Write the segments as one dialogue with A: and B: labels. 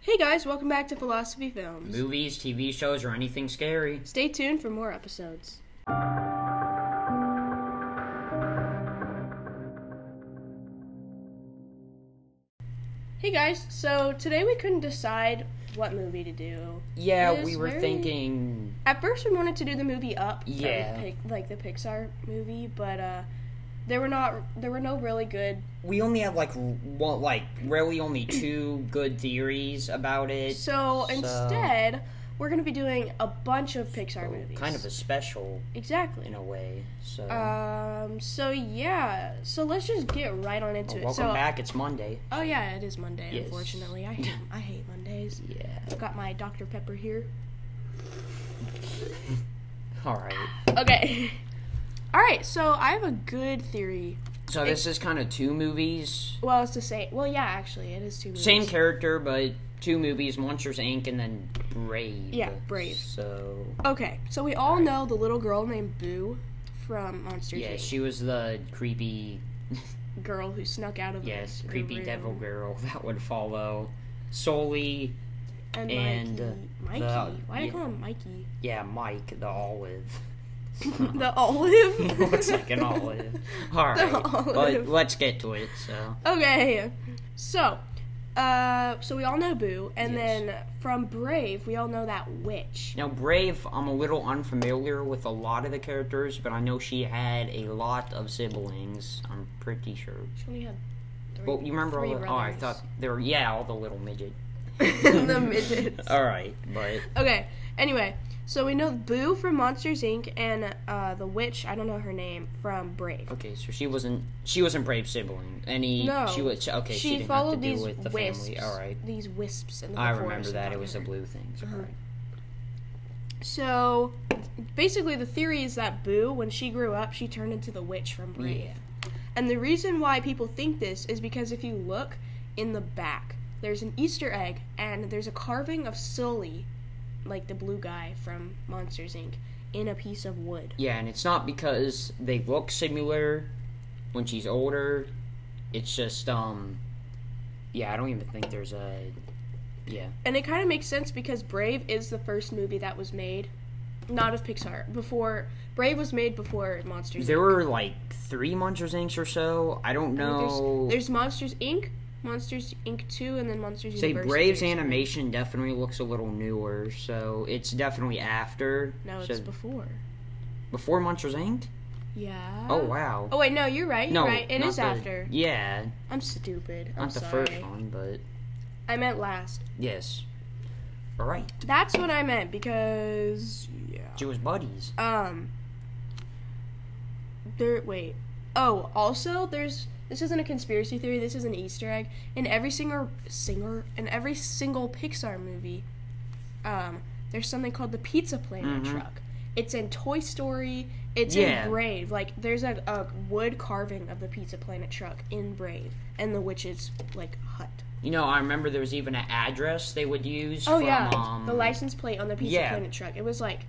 A: Hey guys, welcome back to Philosophy Films.
B: Movies, TV shows, or anything scary.
A: Stay tuned for more episodes. Hey guys, so today we couldn't decide what movie to do.
B: Yeah,
A: It
B: we
A: is
B: were
A: very-
B: thinking.
A: At first, we wanted to do the movie Up, that was
B: Yeah.
A: pic- like the Pixar movie, but uh, there were not there were no really good
B: We only have like one, like really only two good theories about it.
A: So
B: So-
A: instead, we're going to be doing a bunch of Pixar movies.
B: Kind of a special in
A: exactly.
B: a way. So
A: Um. So yeah. So let's just get right on into
B: Well,
A: it.
B: Oh, welcome
A: so, uh,
B: back. It's Monday.
A: Oh yeah, it is Monday.
B: Yes.
A: Unfortunately, I hate I hate Mondays.
B: Yeah.
A: I've got my Dr Pepper here.
B: All right.
A: Okay. All right. So I have a good theory.
B: So this is kind of two movies,
A: Well, it's the same. Well, yeah, actually, it is two movies.
B: same character, but two movies: Monsters Inc. and then Brave.
A: Yeah, Brave.
B: So
A: Okay. So we all know the little girl named Boo from Monsters
B: yeah,
A: Inc.
B: she was the creepy
A: girl who snuck out of
B: Yes,
A: the
B: creepy
A: room.
B: devil girl that would follow. Solely,
A: and,
B: and,
A: Mikey.
B: uh,
A: Mikey.
B: the-
A: Why do you
B: yeah.
A: call him Mikey?
B: yeah, Mike the olive.
A: the olive.
B: He looks like an olive. All right,
A: olive.
B: but let's get to it. So
A: Okay, so, uh, so we all know Boo, and
B: Yes.
A: then from Brave, we all know that witch.
B: now, Brave, I'm a little unfamiliar with a lot of the characters, but I know she had a lot of siblings. I'm pretty sure.
A: She only had three.
B: Well, you remember all
A: three
B: the? Oh, I
A: brothers.
B: thought they were yeah, all the little midget.
A: the midgets.
B: All right, but
A: Okay. Anyway, so we know Boo from Monsters Inc. and uh, the witch. I don't know her name from Brave.
B: okay, so she wasn't she wasn't Brave sibling. Any
A: No,
B: she was okay. She,
A: she
B: didn't have to
A: followed
B: do
A: these
B: with the
A: wisps.
B: family. All right.
A: These wisps in the
B: I
A: forest
B: remember
A: and
B: that.
A: got
B: It was
A: her.
B: the blue things.
A: Mhm.
B: All right.
A: So, basically, the theory is that Boo, when she grew up, she turned into the witch from Brave.
B: Yeah.
A: And the reason why people think this is because if you look in the back, there's an Easter egg and there's a carving of Sully, like the blue guy from Monsters Inc., in a piece of wood.
B: Yeah, and it's not because they look similar when she's older. It's just um yeah, I don't even think there's a yeah.
A: And it kind of makes sense because Brave is the first movie that was made, not of Pixar, before. Brave was made before Monsters
B: There
A: Inc.
B: were like 3 Monsters Inc or so. I don't
A: I think there's-
B: know.
A: There's, Monsters Inc., Monsters Inc. 2, and then Monsters
B: Say
A: University.
B: Brave's
A: or something.
B: animation definitely looks a little newer, so it's definitely after.
A: No,
B: so
A: it's before.
B: before Monsters Inc.
A: Yeah.
B: Oh wow!
A: Oh wait, no, you're right. You're
B: no,
A: right. It
B: not
A: is
B: the-
A: after.
B: Yeah,
A: I'm stupid. I'm
B: not the
A: sorry.
B: first one, but
A: I meant last.
B: yes. All right,
A: That's what I meant because yeah.
B: she was buddies.
A: Um. There. Wait. Oh, also, there's. This isn't a conspiracy theory. This is an Easter egg. In every single singer, in every single Pixar movie, um, there's something called the pizza planet
B: Mhm.
A: truck. It's in Toy Story. It's
B: Yeah.
A: in Brave. Like there's a, a wood carving of the pizza planet truck in Brave and the witch's like hut.
B: You know, I remember there was even an address they would use.
A: Oh
B: from,
A: yeah,
B: um,
A: the license plate on the pizza
B: yeah.
A: planet truck. It was like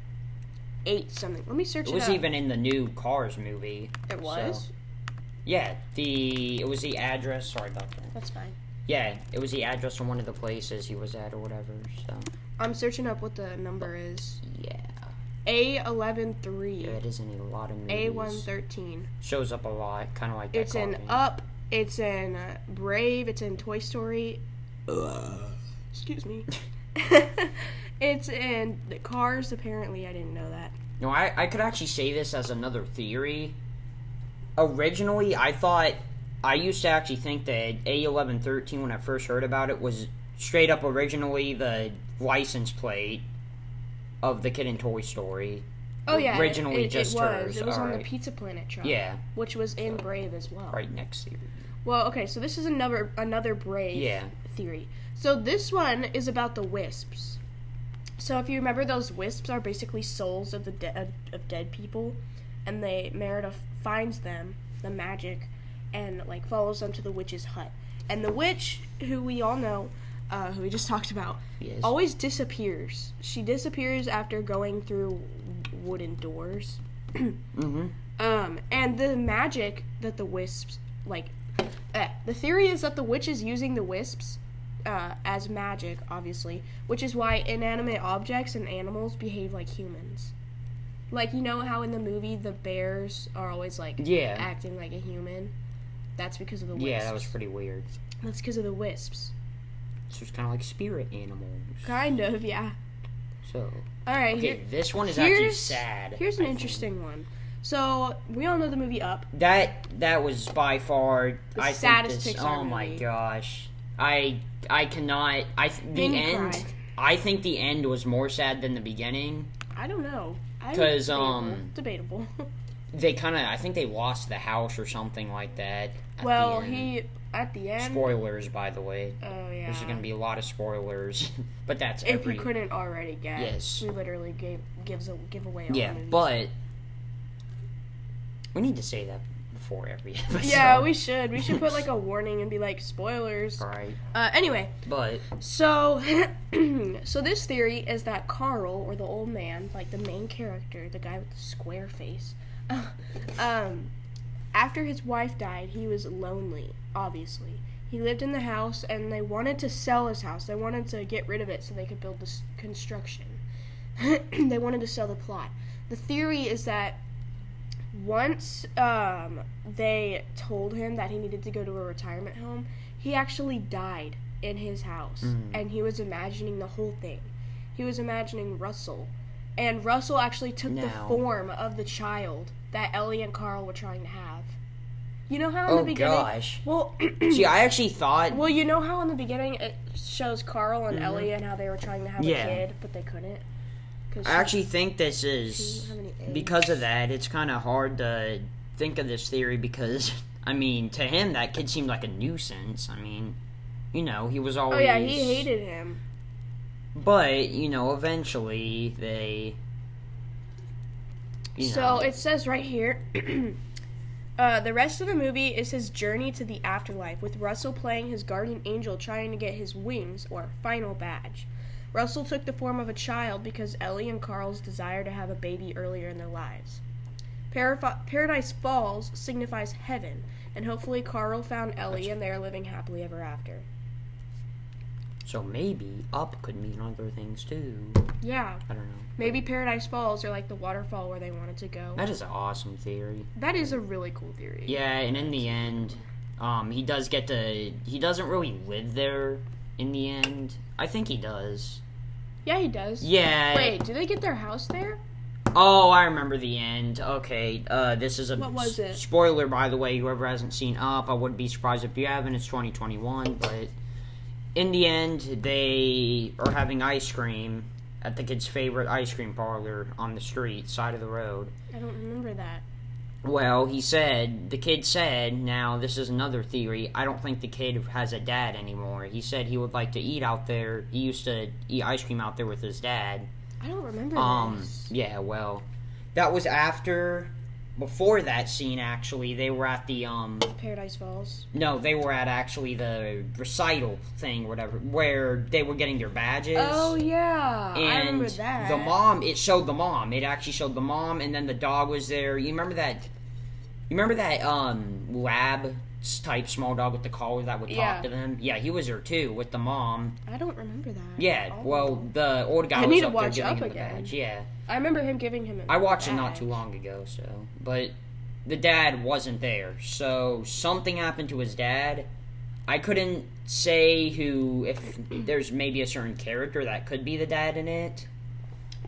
A: eight something. Let me search it.
B: It was
A: up.
B: even in the new Cars movie.
A: It was.
B: Yeah, the it was the address. Sorry about that.
A: That's fine.
B: Yeah, it was the address from one of the places he was at or whatever. So
A: I'm searching up what the number is.
B: yeah,
A: A eleven three.
B: yeah, it is in a lot of movies.
A: A one thirteen.
B: shows up a lot, kind of like that.
A: It's in
B: carving.
A: Up. It's in uh, Brave. It's in Toy Story. Excuse me. it's in the Cars. Apparently, I didn't know that.
B: No, I, I could actually say this as another theory. Originally, I thought I used to actually think that A eleven thirteen when I first heard about it was straight up originally the license plate of the kid in Toy Story.
A: Oh yeah, it-
B: Originally
A: it, it,
B: just
A: was.
B: hers,
A: It was on the
B: alright.
A: Pizza Planet truck.
B: Yeah,
A: which was in Brave as well.
B: right next theory.
A: Well, okay, so this is another another Brave
B: Yeah,
A: theory. So this one is about the wisps. So if you remember, those wisps are basically souls of the de- of dead people, and they Merida f- finds them, the magic, and like follows them to the witch's hut. And the witch, who we all know, uh, who we just talked about,
B: yes.
A: always disappears. She disappears after going through wooden doors.
B: hmm
A: Um, and the magic that the wisps like, eh, the theory is that the witch is using the wisps uh, as magic, obviously, which is why inanimate objects and animals behave like humans. Like you know how in the movie the bears are always like
B: Yeah.
A: acting like a human. That's because of the wisps.
B: Yeah, that was pretty weird.
A: That's because of the wisps.
B: So it's kind of like spirit animals.
A: Kind of, yeah.
B: So
A: All right,
B: okay,
A: here-
B: this one is actually
A: here's
B: sad.
A: here's an
B: I think.
A: interesting one. So we all know the movie Up.
B: That that was by far
A: The
B: I
A: saddest
B: think this,
A: Pixar
B: Oh my
A: movie.
B: gosh, I I cannot. I th- the
A: Didn't
B: end.
A: cry.
B: I think the end was more sad than the beginning.
A: I don't know. I-
B: 'Cause,
A: debatable.
B: um,
A: debatable.
B: They kind of. I think they lost the house or something like that. at the
A: well,
B: end.
A: he at the end.
B: Spoilers, by the way.
A: oh yeah.
B: There's going to be a lot of spoilers, but that's
A: if
B: every.
A: you couldn't already guess,
B: Yes.
A: we literally gave gives a giveaway. All
B: yeah,
A: the movies.
B: but we need to say that before every episode.
A: yeah, we should we should put like a warning and be like spoilers.
B: All right,
A: Uh, anyway,
B: but
A: so so this theory is that Carl or the old man, like the main character, the guy with the square face, um, after his wife died, he was lonely. Obviously, he lived in the house, and they wanted to sell his house. They wanted to get rid of it so they could build this construction. they wanted to sell the plot. The theory is that once um, they told him that he needed to go to a retirement home, he actually died in his house,
B: Mm.
A: and he was imagining the whole thing. He was imagining Russell, and Russell actually took the
B: Now-
A: form of the child that Ellie and Carl were trying to have. You know how in
B: oh
A: the beginning?
B: gosh.
A: Well,
B: See, I actually thought.
A: well, you know how in the beginning it shows Carl and
B: Mhm.
A: Ellie and how they were trying to have a
B: Yeah.
A: kid, but they couldn't. Cause
B: I
A: she-
B: actually think this
A: she didn't
B: is
A: have any eggs.
B: because of that. It's kind of hard to think of this theory because I mean, to him, that kid seemed like a nuisance. I mean, you know, he was always.
A: Oh yeah, he hated him.
B: But you know, eventually they. you
A: So
B: know,
A: it says right here. Uh, the rest of the movie is his journey to the afterlife, with Russell playing his guardian angel trying to get his wings, or final badge. Russell took the form of a child because Ellie and Carl's desire to have a baby earlier in their lives. Paraf- Paradise Falls signifies heaven, and hopefully Carl found Ellie
B: That's-
A: and they are living happily ever after.
B: So maybe up could mean other things too.
A: Yeah,
B: I don't know.
A: maybe Paradise Falls are like the waterfall where they wanted to go.
B: That is an awesome theory.
A: That is a really cool theory.
B: Yeah, and in the end, um, he does get to. He doesn't really live there. In the end, I think he does.
A: Yeah, he does.
B: Yeah.
A: Wait, do they get their house there?
B: Oh, I remember the end. Okay, uh, this is a
A: What was it?
B: spoiler, by the way. Whoever hasn't seen Up, I wouldn't be surprised if you haven't. It's 2021, but in the end, they are having ice cream at the kid's favorite ice cream parlor on the street, side of the road.
A: I don't remember that.
B: Well, he said, the kid said, now this is another theory. I don't think the kid has a dad anymore. He said he would like to eat out there. He used to eat ice cream out there with his dad.
A: I don't remember
B: Um,
A: this.
B: yeah, well, that was after, before that scene, actually. They were at the, um,
A: Paradise Falls.
B: no, they were at actually the recital thing, whatever, where they were getting their badges.
A: Oh yeah,
B: And
A: I remember that.
B: the mom, it showed the mom. It actually showed the mom, and then the dog was there. You remember that? You remember that um lab type small dog with the collar that would talk
A: Yeah.
B: to them? Yeah, he was there too with the mom.
A: I don't remember that.
B: Yeah,
A: at all.
B: well, the old guy
A: I
B: was
A: Oh. need to
B: up there
A: watch
B: giving
A: Up
B: him the
A: again.
B: badge. Yeah,
A: I remember him giving him. a
B: I watched it not
A: badge.
B: too long ago, so but the dad wasn't there, so something happened to his dad. I couldn't say who if there's maybe a certain character that could be the dad in it.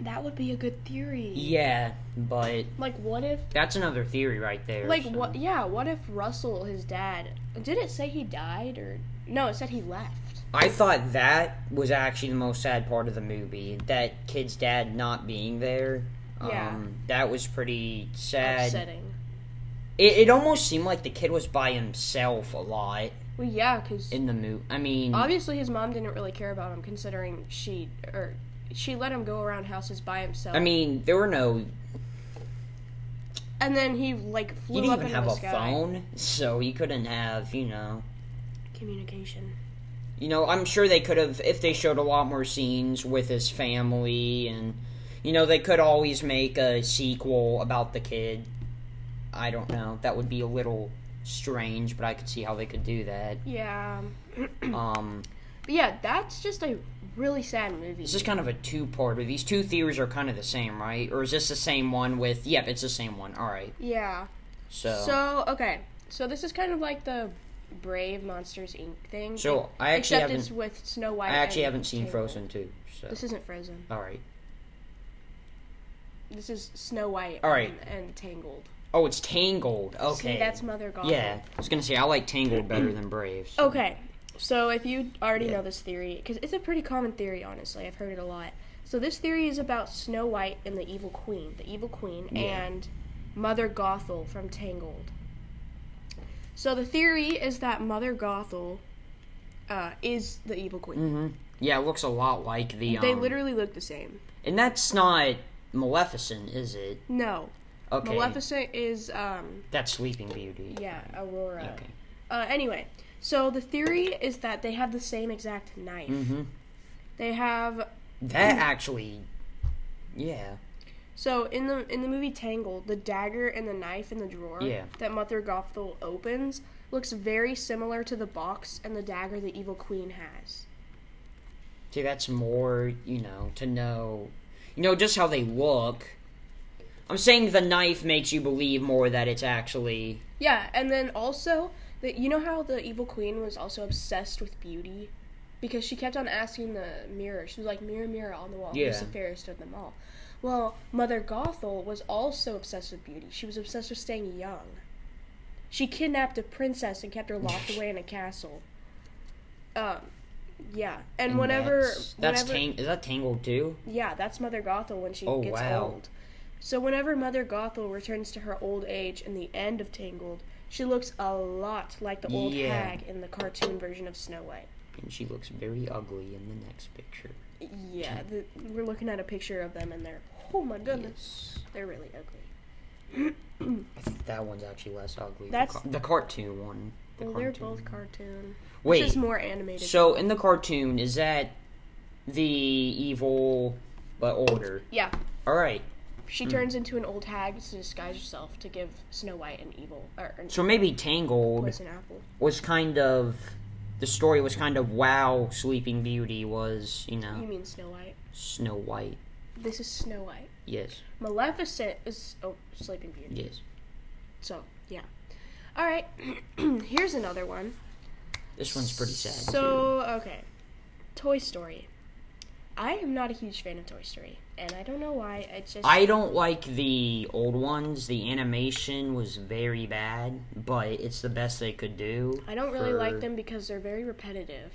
A: That would be a good theory.
B: Yeah, but
A: Like what if?
B: That's another theory right there.
A: Like
B: so-
A: what? Yeah. What if Russell, his dad? Did it say he died or? No, it said he left.
B: I thought that was actually the most sad part of the movie. That kid's dad not being there.
A: Yeah.
B: Um, that was pretty sad.
A: Upsetting.
B: It, it almost seemed like the kid was by himself a lot
A: Well, yeah, because
B: in the movie. I mean,
A: obviously his mom didn't really care about him, considering she or she let him go around houses by himself.
B: I mean, there were no.
A: And then he like flew
B: He didn't
A: up
B: even
A: into
B: have
A: the
B: a
A: sky.
B: phone, so he couldn't have. You know.
A: Communication.
B: You know, I'm sure they could have if they showed a lot more scenes with his family and you know, they could always make a sequel about the kid. I don't know. That would be a little strange, but I could see how they could do that.
A: Yeah.
B: Um
A: But yeah, that's just a really sad movie.
B: This is kind of a two-parter. These two theories are kind of the same, right? Or is this the same one with? Yep, it's the same one. All right.
A: yeah.
B: So.
A: So okay, so this is kind of like the Brave Monsters Inc. thing.
B: So, I actually
A: except
B: haven't-
A: it's with Snow White.
B: I actually
A: and
B: haven't seen
A: Taylor.
B: Frozen too. So.
A: This isn't Frozen.
B: All right.
A: This is Snow White.
B: All right.
A: and, and Tangled.
B: Oh, it's Tangled. Okay.
A: See, that's Mother Gothel.
B: Yeah, I was gonna say I like Tangled better than Brave. so-
A: Okay, so if you already
B: Yeah.
A: know this theory, because it's a pretty common theory, honestly, I've heard it a lot. So this theory is about Snow White and the Evil Queen, the Evil Queen,
B: Yeah.
A: and Mother Gothel from Tangled. So the theory is that Mother Gothel uh, is the Evil Queen.
B: Mhm. Yeah, it looks a lot like the. Um,
A: They literally look the same.
B: And that's not Maleficent, is it?
A: No,
B: Okay.
A: Maleficent is um,
B: That's Sleeping Beauty.
A: yeah, Aurora.
B: Okay.
A: Uh, anyway, so the theory is that they have the same exact knife.
B: hmm
A: They have
B: That actually. Yeah.
A: So in the in the movie Tangled, the dagger and the knife in the drawer
B: Yeah.
A: that Mother Gothel opens looks very similar to the box and the dagger the evil queen has.
B: See, that's more, you know, to know. You know, just how they look. I'm saying the knife makes you believe more that it's actually.
A: Yeah, and then also the, you know how the evil queen was also obsessed with beauty because she kept on asking the mirror. She was like, "Mirror, mirror on the wall, who's the
B: Yeah.
A: fairest of them all?" Well, Mother Gothel was also obsessed with beauty. She was obsessed with staying young. She kidnapped a princess and kept her locked away in a castle. Um, yeah, and, whenever
B: That's, that's
A: whenever,
B: tang- Is that Tangled too?
A: yeah, that's Mother Gothel when she
B: Oh,
A: gets
B: wow.
A: old. So whenever Mother Gothel returns to her old age in the end of Tangled, she looks a lot like the old
B: Yeah.
A: hag in the cartoon version of Snow White.
B: And she looks very ugly in the next picture.
A: Yeah, the, we're looking at a picture of them and they're oh my goodness,
B: Yes.
A: they're really ugly.
B: I think that one's actually less ugly.
A: That's-
B: the, car- the cartoon one. The
A: Well,
B: cartoon.
A: they're both cartoon.
B: Wait.
A: This is more animated.
B: So in the cartoon, is that the evil but older?
A: yeah,
B: All right. Hmm.
A: she turns into an old hag to disguise herself to give Snow White an evil or an
B: So maybe Tangled
A: poison apple.
B: was kind of the story was kind of wow. Sleeping Beauty was you
A: You
B: know
A: mean Snow White?
B: Snow White.
A: This is Snow White.
B: Yes,
A: Maleficent is oh Sleeping Beauty.
B: yes.
A: So, yeah. All right. Here's another one.
B: This one's pretty sad.
A: So, okay. Toy Story. I am not a huge fan of Toy Story, and I don't know why. It's just
B: too. I don't like the old ones. The animation was very bad, but it's the best they could do.
A: I don't really
B: for,
A: like them because they're very repetitive.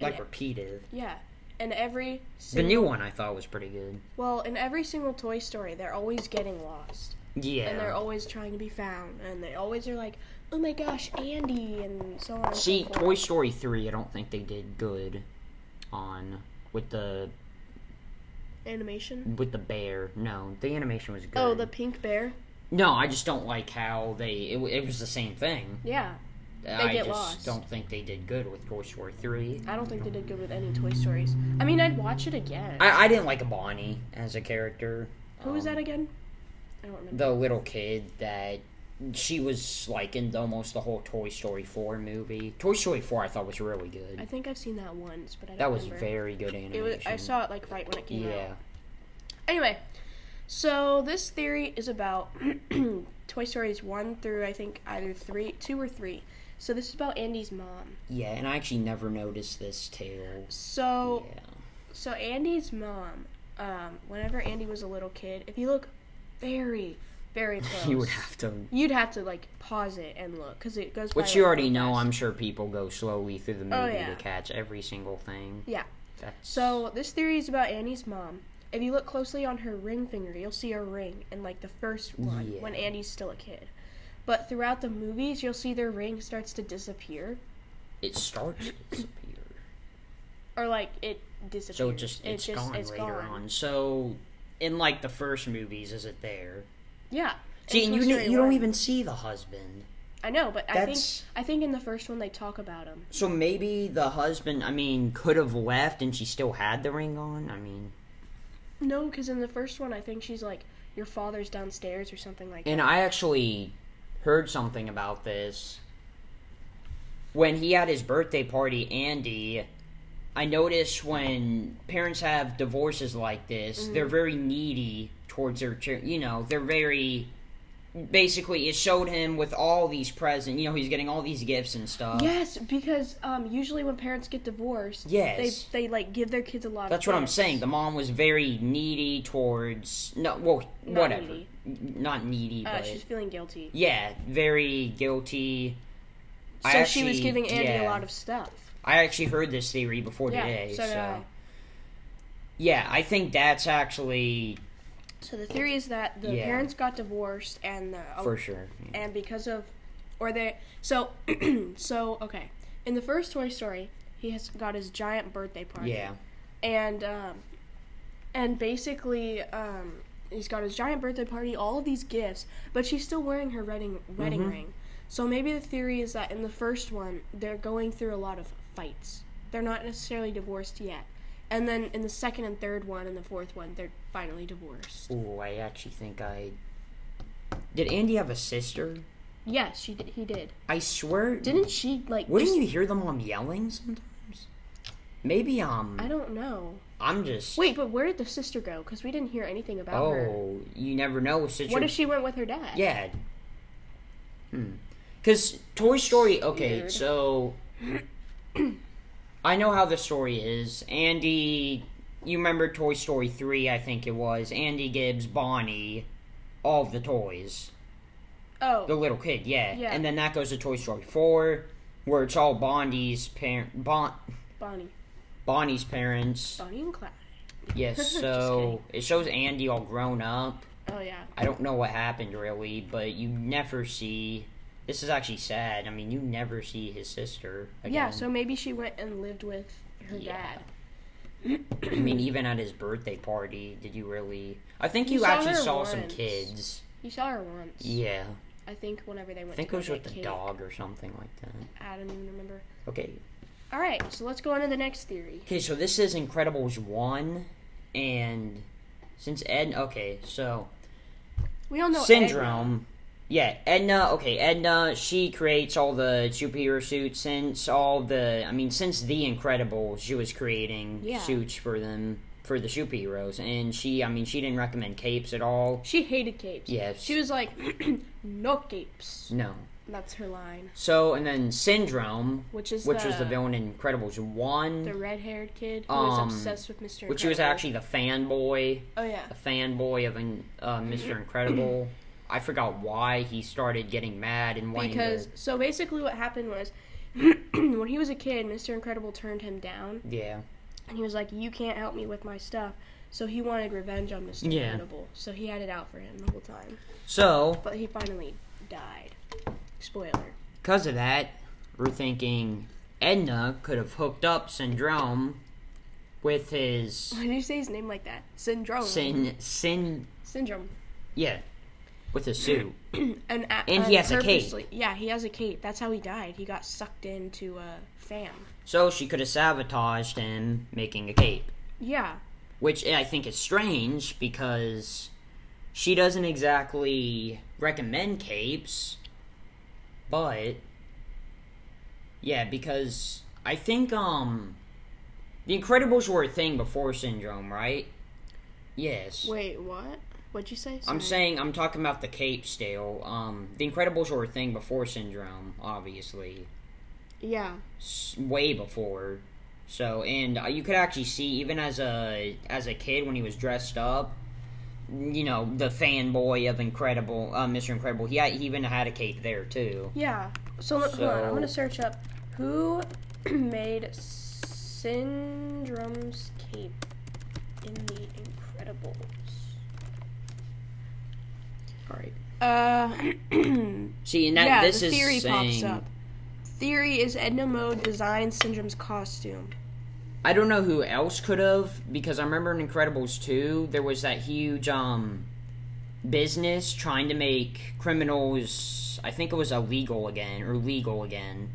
B: Like repeated.
A: Yeah. And every
B: The
A: single,
B: new one I thought was pretty good.
A: well, in every single Toy Story, they're always getting lost,
B: Yeah.
A: and they're always trying to be found, and they always are like, "Oh my gosh, Andy," and so on. And
B: See,
A: so forth.
B: Toy Story 3, I don't think they did good on with the
A: animation.
B: with the bear. No, the animation was good.
A: Oh, the pink bear.
B: No, I just don't like how they it, w- it was the same thing.
A: Yeah,
B: I
A: get
B: just
A: lost.
B: don't think they did good with Toy Story 3.
A: I don't think they did good with any Toy Stories. I mean, I'd watch it again.
B: I, I didn't like Bonnie as a character.
A: Who was
B: Um,
A: that again? I don't remember.
B: The little kid that she was like in almost the whole Toy Story 4 movie. Toy Story 4 I thought was really good.
A: I think I've seen that once, but I don't
B: that was
A: remember.
B: very good animation.
A: It was. I saw it like right when it came
B: Yeah.
A: out. Anyway, so this theory is about Toy Stories one through I think either three, two or three. So this is about Andy's mom.
B: Yeah, and I actually never noticed this till
A: So
B: yeah.
A: so Andy's mom. Um, whenever Andy was a little kid, if you look very, very close,
B: You would have to.
A: you'd have to like pause it and look because it goes. by,
B: Which you
A: like,
B: already
A: real
B: know,
A: fast.
B: I'm sure people go slowly through the movie
A: Oh, yeah.
B: to catch every single thing.
A: Yeah.
B: That's,
A: So this theory is about Annie's mom. If you look closely on her ring finger, you'll see a ring in like the first one
B: Yeah.
A: when Andy's still a kid. But throughout the movies, you'll see their ring starts to disappear,
B: it starts to disappear.
A: or like it disappears.
B: So it just
A: It
B: it's gone
A: it's
B: later
A: gone.
B: on. So in like the first movies, is it there?
A: Yeah.
B: See,
A: In
B: and you
A: Toy
B: kn-
A: Story
B: you don't
A: 1.
B: even see the husband.
A: I know, but I think
B: That's-
A: I think in the first one they talk about him.
B: So maybe the husband, I mean, could have left and she still had the ring on. I mean,
A: No, because in the first one I think she's like your father's downstairs or something like. that.
B: and I actually heard something about this. when he had his birthday party, Andy, I noticed when parents have divorces like this,
A: Mm-hmm.
B: they're very needy towards their children. You know, they're very. Basically, it showed him with all these presents. You know, he's getting all these gifts and stuff.
A: Yes, because um, usually when parents get divorced,
B: Yes.
A: they they like give their kids a lot.
B: That's
A: of
B: what I'm
A: gifts.
B: saying. The mom was very needy towards no, well,
A: Not
B: whatever,
A: needy.
B: N- not needy,
A: Uh,
B: but
A: she's feeling guilty,
B: yeah, very guilty.
A: so she was giving Andy a lot of stuff.
B: I actually heard this theory before
A: Yeah,
B: today,
A: so
B: so,
A: did I.
B: yeah, I think that's actually
A: So the theory is that the
B: Yeah.
A: parents got divorced, and the
B: for sure. Yeah.
A: and because of or they so so okay in the first toy story he has got his giant birthday party
B: Yeah,
A: and um and basically um he's got his giant birthday party all of these gifts but she's still wearing her wedding wedding
B: Mhm.
A: ring so maybe the theory is that in the first one they're going through a lot of fights they're not necessarily divorced yet and then in the second and third one and the fourth one they're finally divorced
B: Ooh, I actually think I did. Andy have a sister?
A: yes she did, he did
B: I swear.
A: didn't she like
B: Wouldn't
A: just-
B: you hear the mom yelling sometimes? Maybe um,
A: i don't know
B: I'm just
A: Wait, but where did the sister go? Because we didn't hear anything about
B: Oh,
A: her.
B: you never know with
A: What
B: situation.
A: if she went with her dad?
B: Yeah. Hmm. Because Toy Story. Okay,
A: Weird.
B: so I know how the story is. Andy, you remember Toy Story three? I think it was. Andy gives Bonnie all of the toys.
A: Oh,
B: The little kid, yeah.
A: Yeah.
B: And then that goes to Toy Story four, where it's all Bonnie's parent. Bon.
A: Bonnie.
B: Bonnie's parents.
A: Bonnie and Clyde.
B: Yes,
A: Just
B: so it shows Andy all grown up.
A: Oh, yeah.
B: I don't know what happened really, but you never see. This is actually sad. I mean, you never see his sister. Again.
A: Yeah, so maybe she went and lived with her
B: Yeah.
A: dad.
B: I mean, even at his birthday party, did you really? I think
A: You
B: you,
A: saw
B: actually
A: her
B: saw some
A: once.
B: kids.
A: You saw her once.
B: Yeah,
A: I think whenever they went
B: I think it
A: to
B: was
A: go
B: with
A: get
B: the
A: cake.
B: dog or something like that.
A: I don't even remember.
B: Okay,
A: All right, so let's go on to the next theory.
B: okay. So this is Incredibles one, and since Ed, okay, so
A: We all know Edna.
B: syndrome. Yeah, Edna. Okay, Edna. She creates all the superhero suits since all the. I mean, since the Incredibles, she was creating
A: Yeah.
B: suits for them for the superheroes, and she. I mean, she didn't recommend capes at all.
A: She hated capes.
B: Yes.
A: She was like, no capes.
B: No.
A: That's her line.
B: So and then syndrome,
A: Which is
B: which
A: the,
B: was the villain in Incredibles one,
A: The red-haired kid who
B: Um,
A: was obsessed with Mr.
B: which he was
A: Incredible.
B: actually the fanboy,
A: Oh, yeah.
B: a fanboy of an- uh, Mr. Incredible. I forgot why he started getting mad and wanting
A: because
B: to.
A: so basically what happened was when he was a kid mr incredible turned him down
B: Yeah.
A: and he was like you can't help me with my stuff so he wanted revenge on mr
B: Yeah.
A: incredible so he had it out for him the whole time
B: So
A: but he finally died spoiler
B: because of that, we're thinking Edna could have hooked up Syndrome with his
A: why do you say his name like that syndrome
B: sin sin
A: syndrome
B: yeah with his suit.
A: and, a- uh,
B: And he has a cape.
A: purposely- yeah he has a cape that's how he died he got sucked into a fam
B: So she could have sabotaged him making a cape,
A: yeah
B: which I think is strange because she doesn't exactly recommend capes, but yeah, because I think um the Incredibles were a thing before Syndrome, right? Yes.
A: wait what what'd you say
B: I'm
A: Sorry.
B: saying I'm talking about the Cape still. Um, the Incredibles were a thing before Syndrome, obviously,
A: yeah
B: S- way before. So, and uh, you could actually see even as a as a kid when he was dressed up, you know, the fanboy of Incredible, uh, Mr. Incredible. He, had- he even had a cape there too.
A: Yeah. So, look, hold on. I'm
B: So-
A: gonna search up who made Syndrome's cape in The Incredibles.
B: All right.
A: Uh,
B: See, and that
A: yeah,
B: this
A: the
B: is
A: theory pops
B: saying
A: up. Theory is Edna Mode designed Syndrome's costume.
B: I don't know who else could have because I remember in Incredibles 2 there was that huge um business trying to make criminals I think it was illegal again or legal again.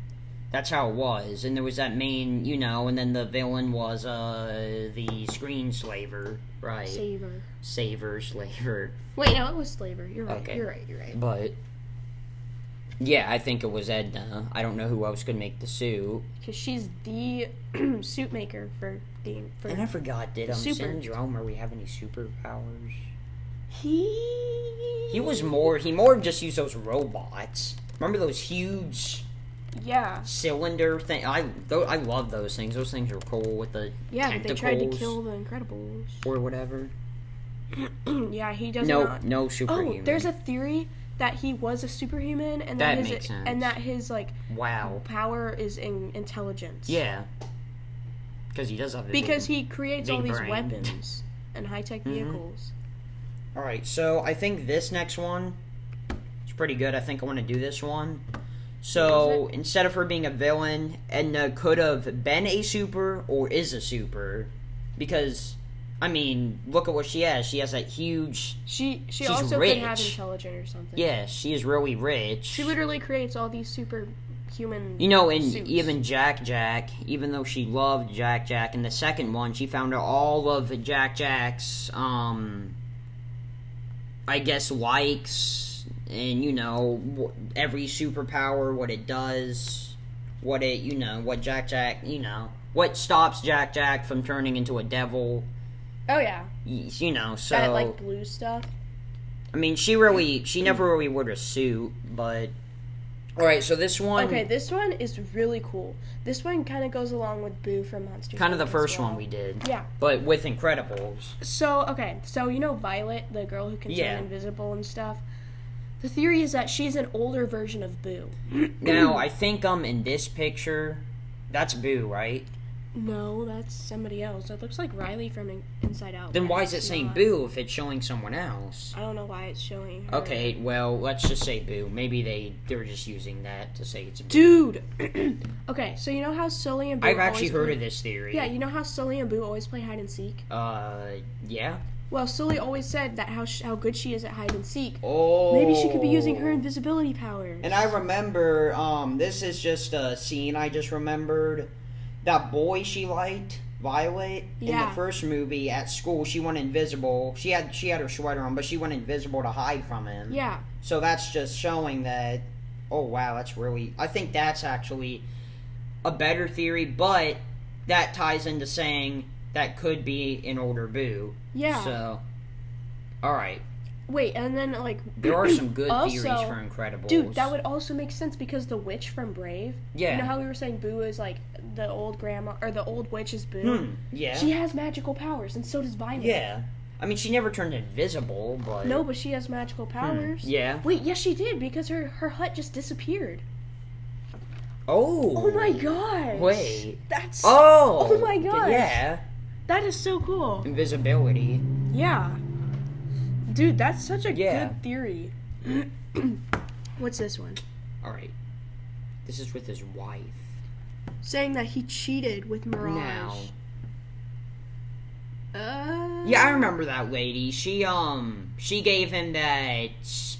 B: That's how it was. And there was that main, you know, and then the villain was uh the screen slaver, right?
A: Saver.
B: Saver slaver.
A: Wait, no, it was Slaver. You're right.
B: Okay.
A: You're right. You're right.
B: But Yeah, I think it was Edna. I don't know who else could make the suit.
A: because she's the suit maker for the for
B: And I forgot, did um,
A: Super.
B: Syndrome, or we have any superpowers?
A: he.
B: He was more, he more just used those robots. Remember those huge
A: Yeah,
B: cylinder thing? I tho- I love those things. Those things were cool with the
A: yeah. But they
B: tentacles
A: tried to kill the Incredibles.
B: or whatever.
A: yeah, he does
B: No,
A: not.
B: no
A: Oh,
B: superhuman.
A: there's a theory that he was a superhuman, and that,
B: That
A: his
B: makes sense.
A: and that his like
B: wow.
A: power is in intelligence.
B: Yeah, because he does have the
A: because
B: big-
A: he creates all
B: big
A: these
B: brain. Mm-hmm.
A: weapons and high tech vehicles.
B: All right, so I think this next one is pretty good. I think I want to do this one. So instead of her being a villain, Edna could have been a super or is a super, because I mean, look at what she has. She has that huge.
A: She she
B: She's
A: also could have
B: rich.
A: intelligence or something.
B: Yeah, she is really rich.
A: She literally creates all these superhuman.
B: You know, and
A: suits.
B: even Jack Jack, even though she loved Jack Jack, in the second one, she found out all of Jack Jack's, um, I guess, likes, and, you know, wh- every superpower, what it does, what it, you know, what Jack Jack, you know, what stops Jack Jack from turning into a devil,
A: oh yeah,
B: y- you know, so.
A: that like blue stuff.
B: I mean, she really, she never really wore a suit, but. Alright, so this one.
A: Okay, this one is really cool. This one kind of goes along with Boo from Monsters.
B: Kind of the
A: Inc. as
B: first
A: well.
B: one we did.
A: Yeah.
B: But with Incredibles.
A: So okay, so you know Violet, the girl who can
B: Yeah.
A: turn invisible and stuff. The theory is that she's an older version of Boo.
B: Now I think um in this picture, that's Boo, right?
A: No, that's somebody else. That looks like Riley from In- Inside Out.
B: Then
A: but
B: why is it
A: it's
B: saying
A: not.
B: Boo if it's showing someone else?
A: I don't know why it's showing. her.
B: Okay, well let's just say Boo. Maybe they they're just using that to say it's. Boo.
A: Dude. okay, so you know how Sully and Boo
B: I've actually
A: always
B: heard
A: play-
B: of this theory.
A: Yeah, you know how Sully and Boo always play hide and seek?
B: Uh, yeah.
A: Well, Sully always said that how sh- how good she is at hide and seek.
B: Oh.
A: Maybe she could be using her invisibility powers.
B: And I remember, um, this is just a scene I just remembered. That boy she liked, Violet, in
A: Yeah.
B: the first movie at school, she went invisible. She had she had her sweater on, but she went invisible to hide from him.
A: yeah,
B: So that's just showing that. Oh wow, that's really. I think that's actually a better theory, but that ties into saying that could be an older Boo.
A: yeah.
B: So, all right,
A: Wait, and then like
B: there are some good
A: Also-
B: theories for Incredibles.
A: Dude, that would also make sense because the witch from Brave.
B: yeah.
A: You know how we were saying Boo is like the old grandma or the old witch is Boo.
B: Hmm, yeah.
A: She has magical powers, and so does Violet.
B: Yeah. I mean, she never turned invisible, but.
A: No, but she has magical powers.
B: Hmm. Yeah.
A: Wait, yes, she did because her her hut just disappeared.
B: Oh.
A: Oh my gosh!
B: Wait.
A: that's
B: Oh.
A: Oh my gosh.
B: Yeah.
A: that is so cool.
B: Mm. Invisibility.
A: Yeah, dude, that's such a
B: Yeah.
A: good theory. What's this one?
B: All right. This is with his wife.
A: Saying that he cheated with Mirage.
B: Now.
A: Uh,
B: Yeah, I remember that lady. She um, she gave him that s-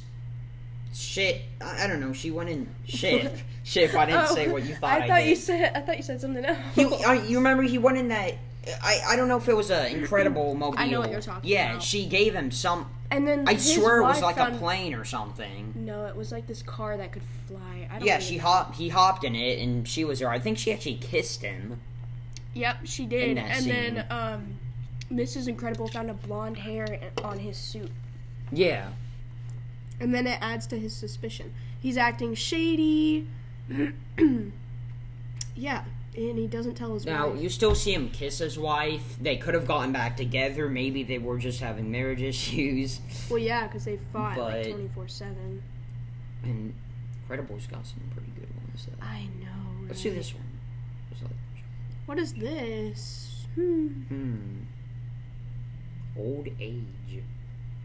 B: shit. I I don't know. She went in ship. ship. I didn't say
A: Oh,
B: what you thought. I,
A: I thought
B: did.
A: you said. I thought you said something else.
B: You, uh, you remember he went in that. I, I don't know if it was an incredible mobile.
A: I know what you're talking
B: yeah,
A: about.
B: she gave him some.
A: and then
B: I
A: his
B: swear it was
A: wife
B: like
A: found-
B: a plane or something.
A: No, it was like this car that could fly. I don't
B: Yeah,
A: really-
B: she hop he hopped in it and she was there. I think she actually kissed him.
A: Yep, she did.
B: in that
A: And
B: scene.
A: then um, Mrs. Incredible found a blonde hair on his suit,
B: Yeah.
A: and then it adds to his suspicion. He's acting shady. yeah, and he doesn't tell his
B: Now
A: wife.
B: you still see him kiss his wife. They could have gotten back together. Maybe they were just having marriage issues.
A: Well, yeah, because they fought like
B: But-
A: twenty four seven.
B: And Incredibles got some pretty good ones. Though.
A: I know.
B: Let's do
A: right?
B: this one. It's like,
A: What is this? Hmm.
B: hmm. Old age.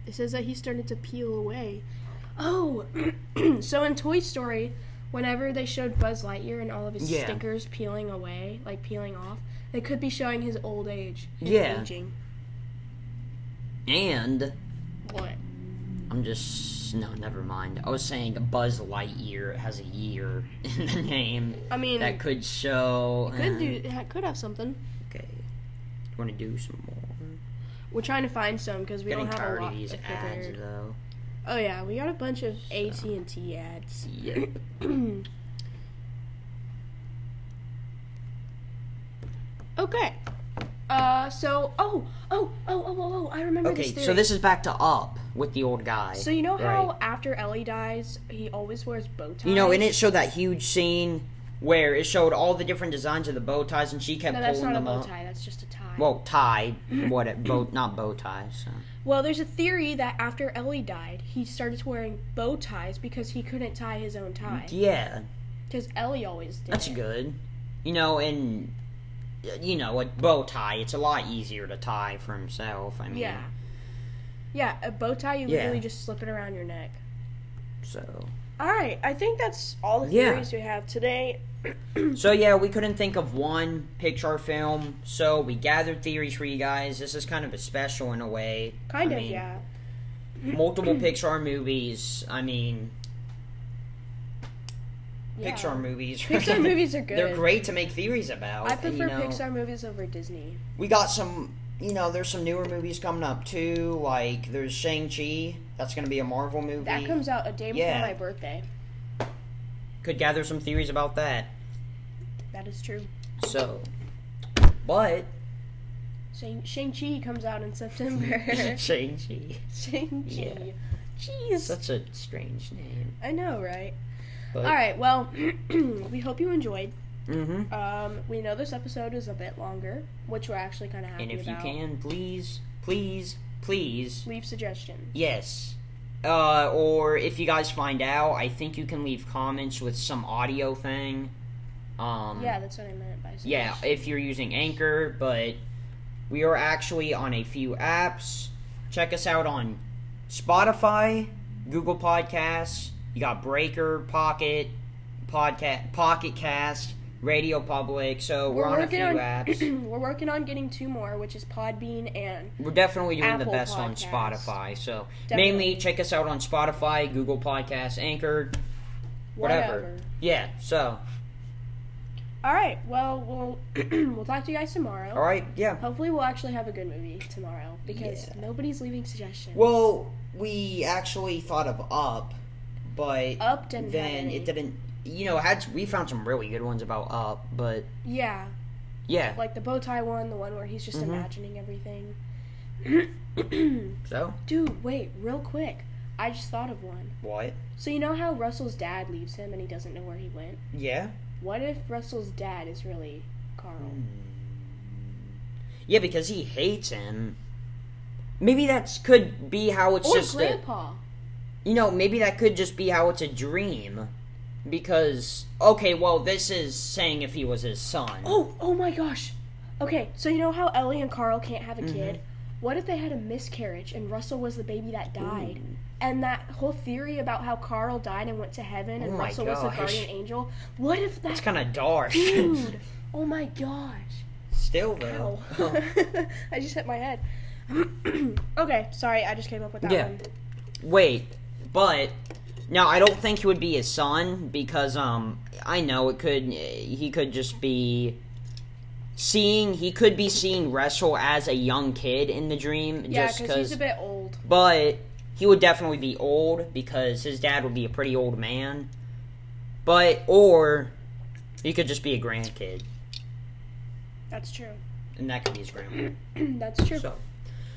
A: It says that he started to peel away. Oh, so in Toy Story, whenever they showed Buzz Lightyear and all of his
B: Yeah.
A: stickers peeling away, like peeling off, they could be showing his old age. his
B: Yeah.
A: Aging.
B: And
A: What?
B: I'm just no, never mind. I was saying Buzz Lightyear has a year in the name.
A: I mean,
B: That could show.
A: could
B: uh,
A: do. That could have something.
B: Okay. Want to do some more?
A: We're trying to find some because we
B: Getting
A: don't have a
B: tired
A: lot
B: of these
A: of
B: ads,
A: prepared.
B: though.
A: Oh yeah, we got a bunch of AT and T ads.
B: Yep.
A: okay. Uh, so oh oh oh oh oh, oh I remember
B: Okay,
A: this theory.
B: so this is back to up with the old guy.
A: So you know how
B: Right.
A: after Ellie dies, he always wears bow ties.
B: you know, and it showed that huge scene where it showed all the different designs of the bow ties, and she kept
A: No, that's
B: pulling
A: not a
B: them
A: bow
B: up.
A: tie. That's just a tie.
B: Well, tie, what? It, bow, not bow ties. So.
A: Well, there's a theory that after Ellie died, he started wearing bow ties because he couldn't tie his own tie.
B: Yeah,
A: Because Ellie always did.
B: that's
A: it.
B: good. You know, and uh, you know, a bow tie. It's a lot easier to tie for himself. I mean,
A: Yeah. Yeah, a bow tie, you
B: Yeah.
A: literally just slip it around your neck.
B: So,
A: All right, I think that's all the
B: Yeah.
A: theories we have today.
B: so yeah, we couldn't think of one Pixar film, so we gathered theories for you guys. This is kind of a special in a way.
A: Kind
B: I
A: of,
B: mean,
A: yeah.
B: Multiple Pixar movies. I mean,
A: Yeah.
B: Pixar movies.
A: Pixar movies are good.
B: They're great to make theories about.
A: I
B: and,
A: prefer
B: you know,
A: Pixar movies over Disney.
B: We got some, you know, there's some newer movies coming up too. Like there's Shang Chi. That's gonna be a Marvel movie.
A: That comes out a day before
B: Yeah.
A: my birthday.
B: Could gather some theories about that.
A: That is true.
B: So, but
A: Shang- Shang-Chi comes out in September.
B: Shang Chi.
A: Shang-Chi.
B: Yeah.
A: Jeez.
B: Such a strange name.
A: I know, right?
B: But,
A: All right, well, we hope you enjoyed.
B: Mm-hmm.
A: Um, we know this episode is a bit longer, which we're actually kind of happy
B: And if you
A: about.
B: can, please, please, please,
A: leave suggestions.
B: yes. Uh, or if you guys find out, I think you can leave comments with some audio thing. Um,
A: Yeah, that's what I meant by suggestions.
B: Yeah, if you're using Anchor, but we are actually on a few apps. Check us out on Spotify, Google Podcasts. You got Breaker, Pocket, Podcast, Pocket Cast, Radio Public. So we're,
A: we're,
B: on a few
A: working on
B: apps.
A: we're working on getting two more, which is Podbean and
B: We're definitely doing the
A: Apple
B: best
A: Podcasts.
B: on Spotify. So
A: Definitely.
B: mainly check us out on Spotify, Google Podcasts, Anchor, whatever.
A: whatever.
B: Yeah. So
A: All right, well, we'll we'll talk to you guys tomorrow.
B: all right. Yeah.
A: Hopefully, we'll actually have a good movie tomorrow because
B: Yeah.
A: nobody's leaving suggestions.
B: Well, we actually thought of Up, but
A: Up didn't have
B: then
A: any.
B: it didn't. You know, had we found some really good ones about Up, but
A: yeah,
B: yeah.
A: like the bow tie one, the one where he's just
B: Mhm.
A: imagining everything.
B: So
A: Dude, wait, real quick. I just thought of one.
B: what?
A: So you know how Russell's dad leaves him and he doesn't know where he went?
B: Yeah.
A: What if Russell's dad is really Carl?
B: Mm. Yeah, because he hates him. Maybe that's could be how it's
A: Or
B: just. a-
A: Grandpa.
B: you know, maybe that could just be how it's a dream. Because okay, well, this is saying if he was his son.
A: Oh, oh my gosh. Okay, so you know how Ellie and Carl can't have a
B: Mm-hmm.
A: kid? What if they had a miscarriage and Russell was the baby that died? And that whole theory about how Carl died and went to heaven and
B: Oh my
A: Russell was the
B: gosh.
A: guardian angel. What if
B: It's
A: that
B: kind of dark.
A: dude? Oh my gosh.
B: Still
A: Ow.
B: though.
A: I just hit my head. okay, sorry, I just came up with that
B: Yeah.
A: one.
B: Wait, but now I don't think he would be his son because um I know it could he could just be seeing he could be seeing Russell as a young kid in the dream
A: Yeah,
B: just
A: because he's a
B: because
A: bit old.
B: but he would definitely be old because his dad would be a pretty old man but or he could just be a grandkid
A: That's true.
B: and that could be his grandma
A: That's true.
B: so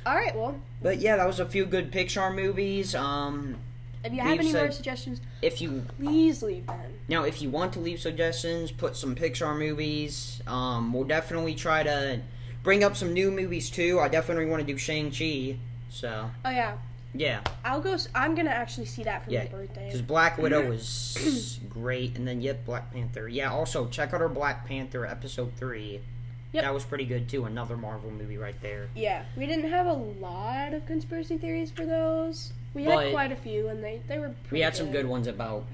A: All right, well,
B: but yeah that was a few good Pixar movies um
A: if you have
B: Leave
A: any more
B: sug-
A: suggestions,
B: if you
A: please leave them.
B: Now, if you want to leave suggestions, put some Pixar movies. Um, we'll definitely try to bring up some new movies too. I definitely want to do Shang Chi. So
A: Oh yeah,
B: yeah,
A: I'll go. s- I'm gonna actually see that for
B: Yeah,
A: my birthday.
B: because Black Widow was great, and then yep, Black Panther. Yeah, also check out our Black Panther episode three.
A: Yep.
B: That was pretty good too. Another Marvel movie right there.
A: Yeah, we didn't have a lot of conspiracy theories for those. We had
B: But-
A: quite a few, and they they were.
B: We
A: pretty
B: had some good ones about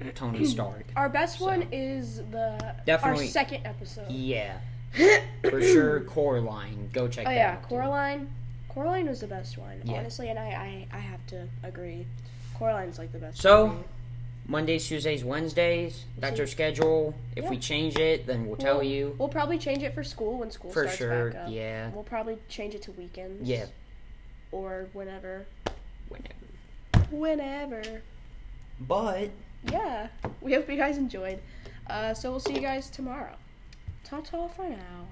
B: Tony Stark.
A: Our best
B: so.
A: one is the
B: Definitely-
A: our second episode.
B: Yeah, for sure. Coraline, go check.
A: Oh
B: that
A: yeah,
B: out, too.
A: Coraline. Coraline was the best one,
B: Yeah.
A: honestly, and I, I I have to agree. Coraline's like the best.
B: So-
A: movie.
B: Mondays, Tuesdays, Wednesdays. That's
A: See?
B: our schedule. If we
A: Yeah.
B: change it, then we'll tell
A: Well,
B: you
A: we'll probably change it for school when school
B: for
A: starts
B: sure.
A: back up.
B: Yeah,
A: We'll probably change it to weekends.
B: yeah,
A: Or whenever.
B: whenever.
A: whenever.
B: But
A: Yeah. We hope you guys enjoyed. Uh, so we'll see you guys tomorrow. Ta ta for now.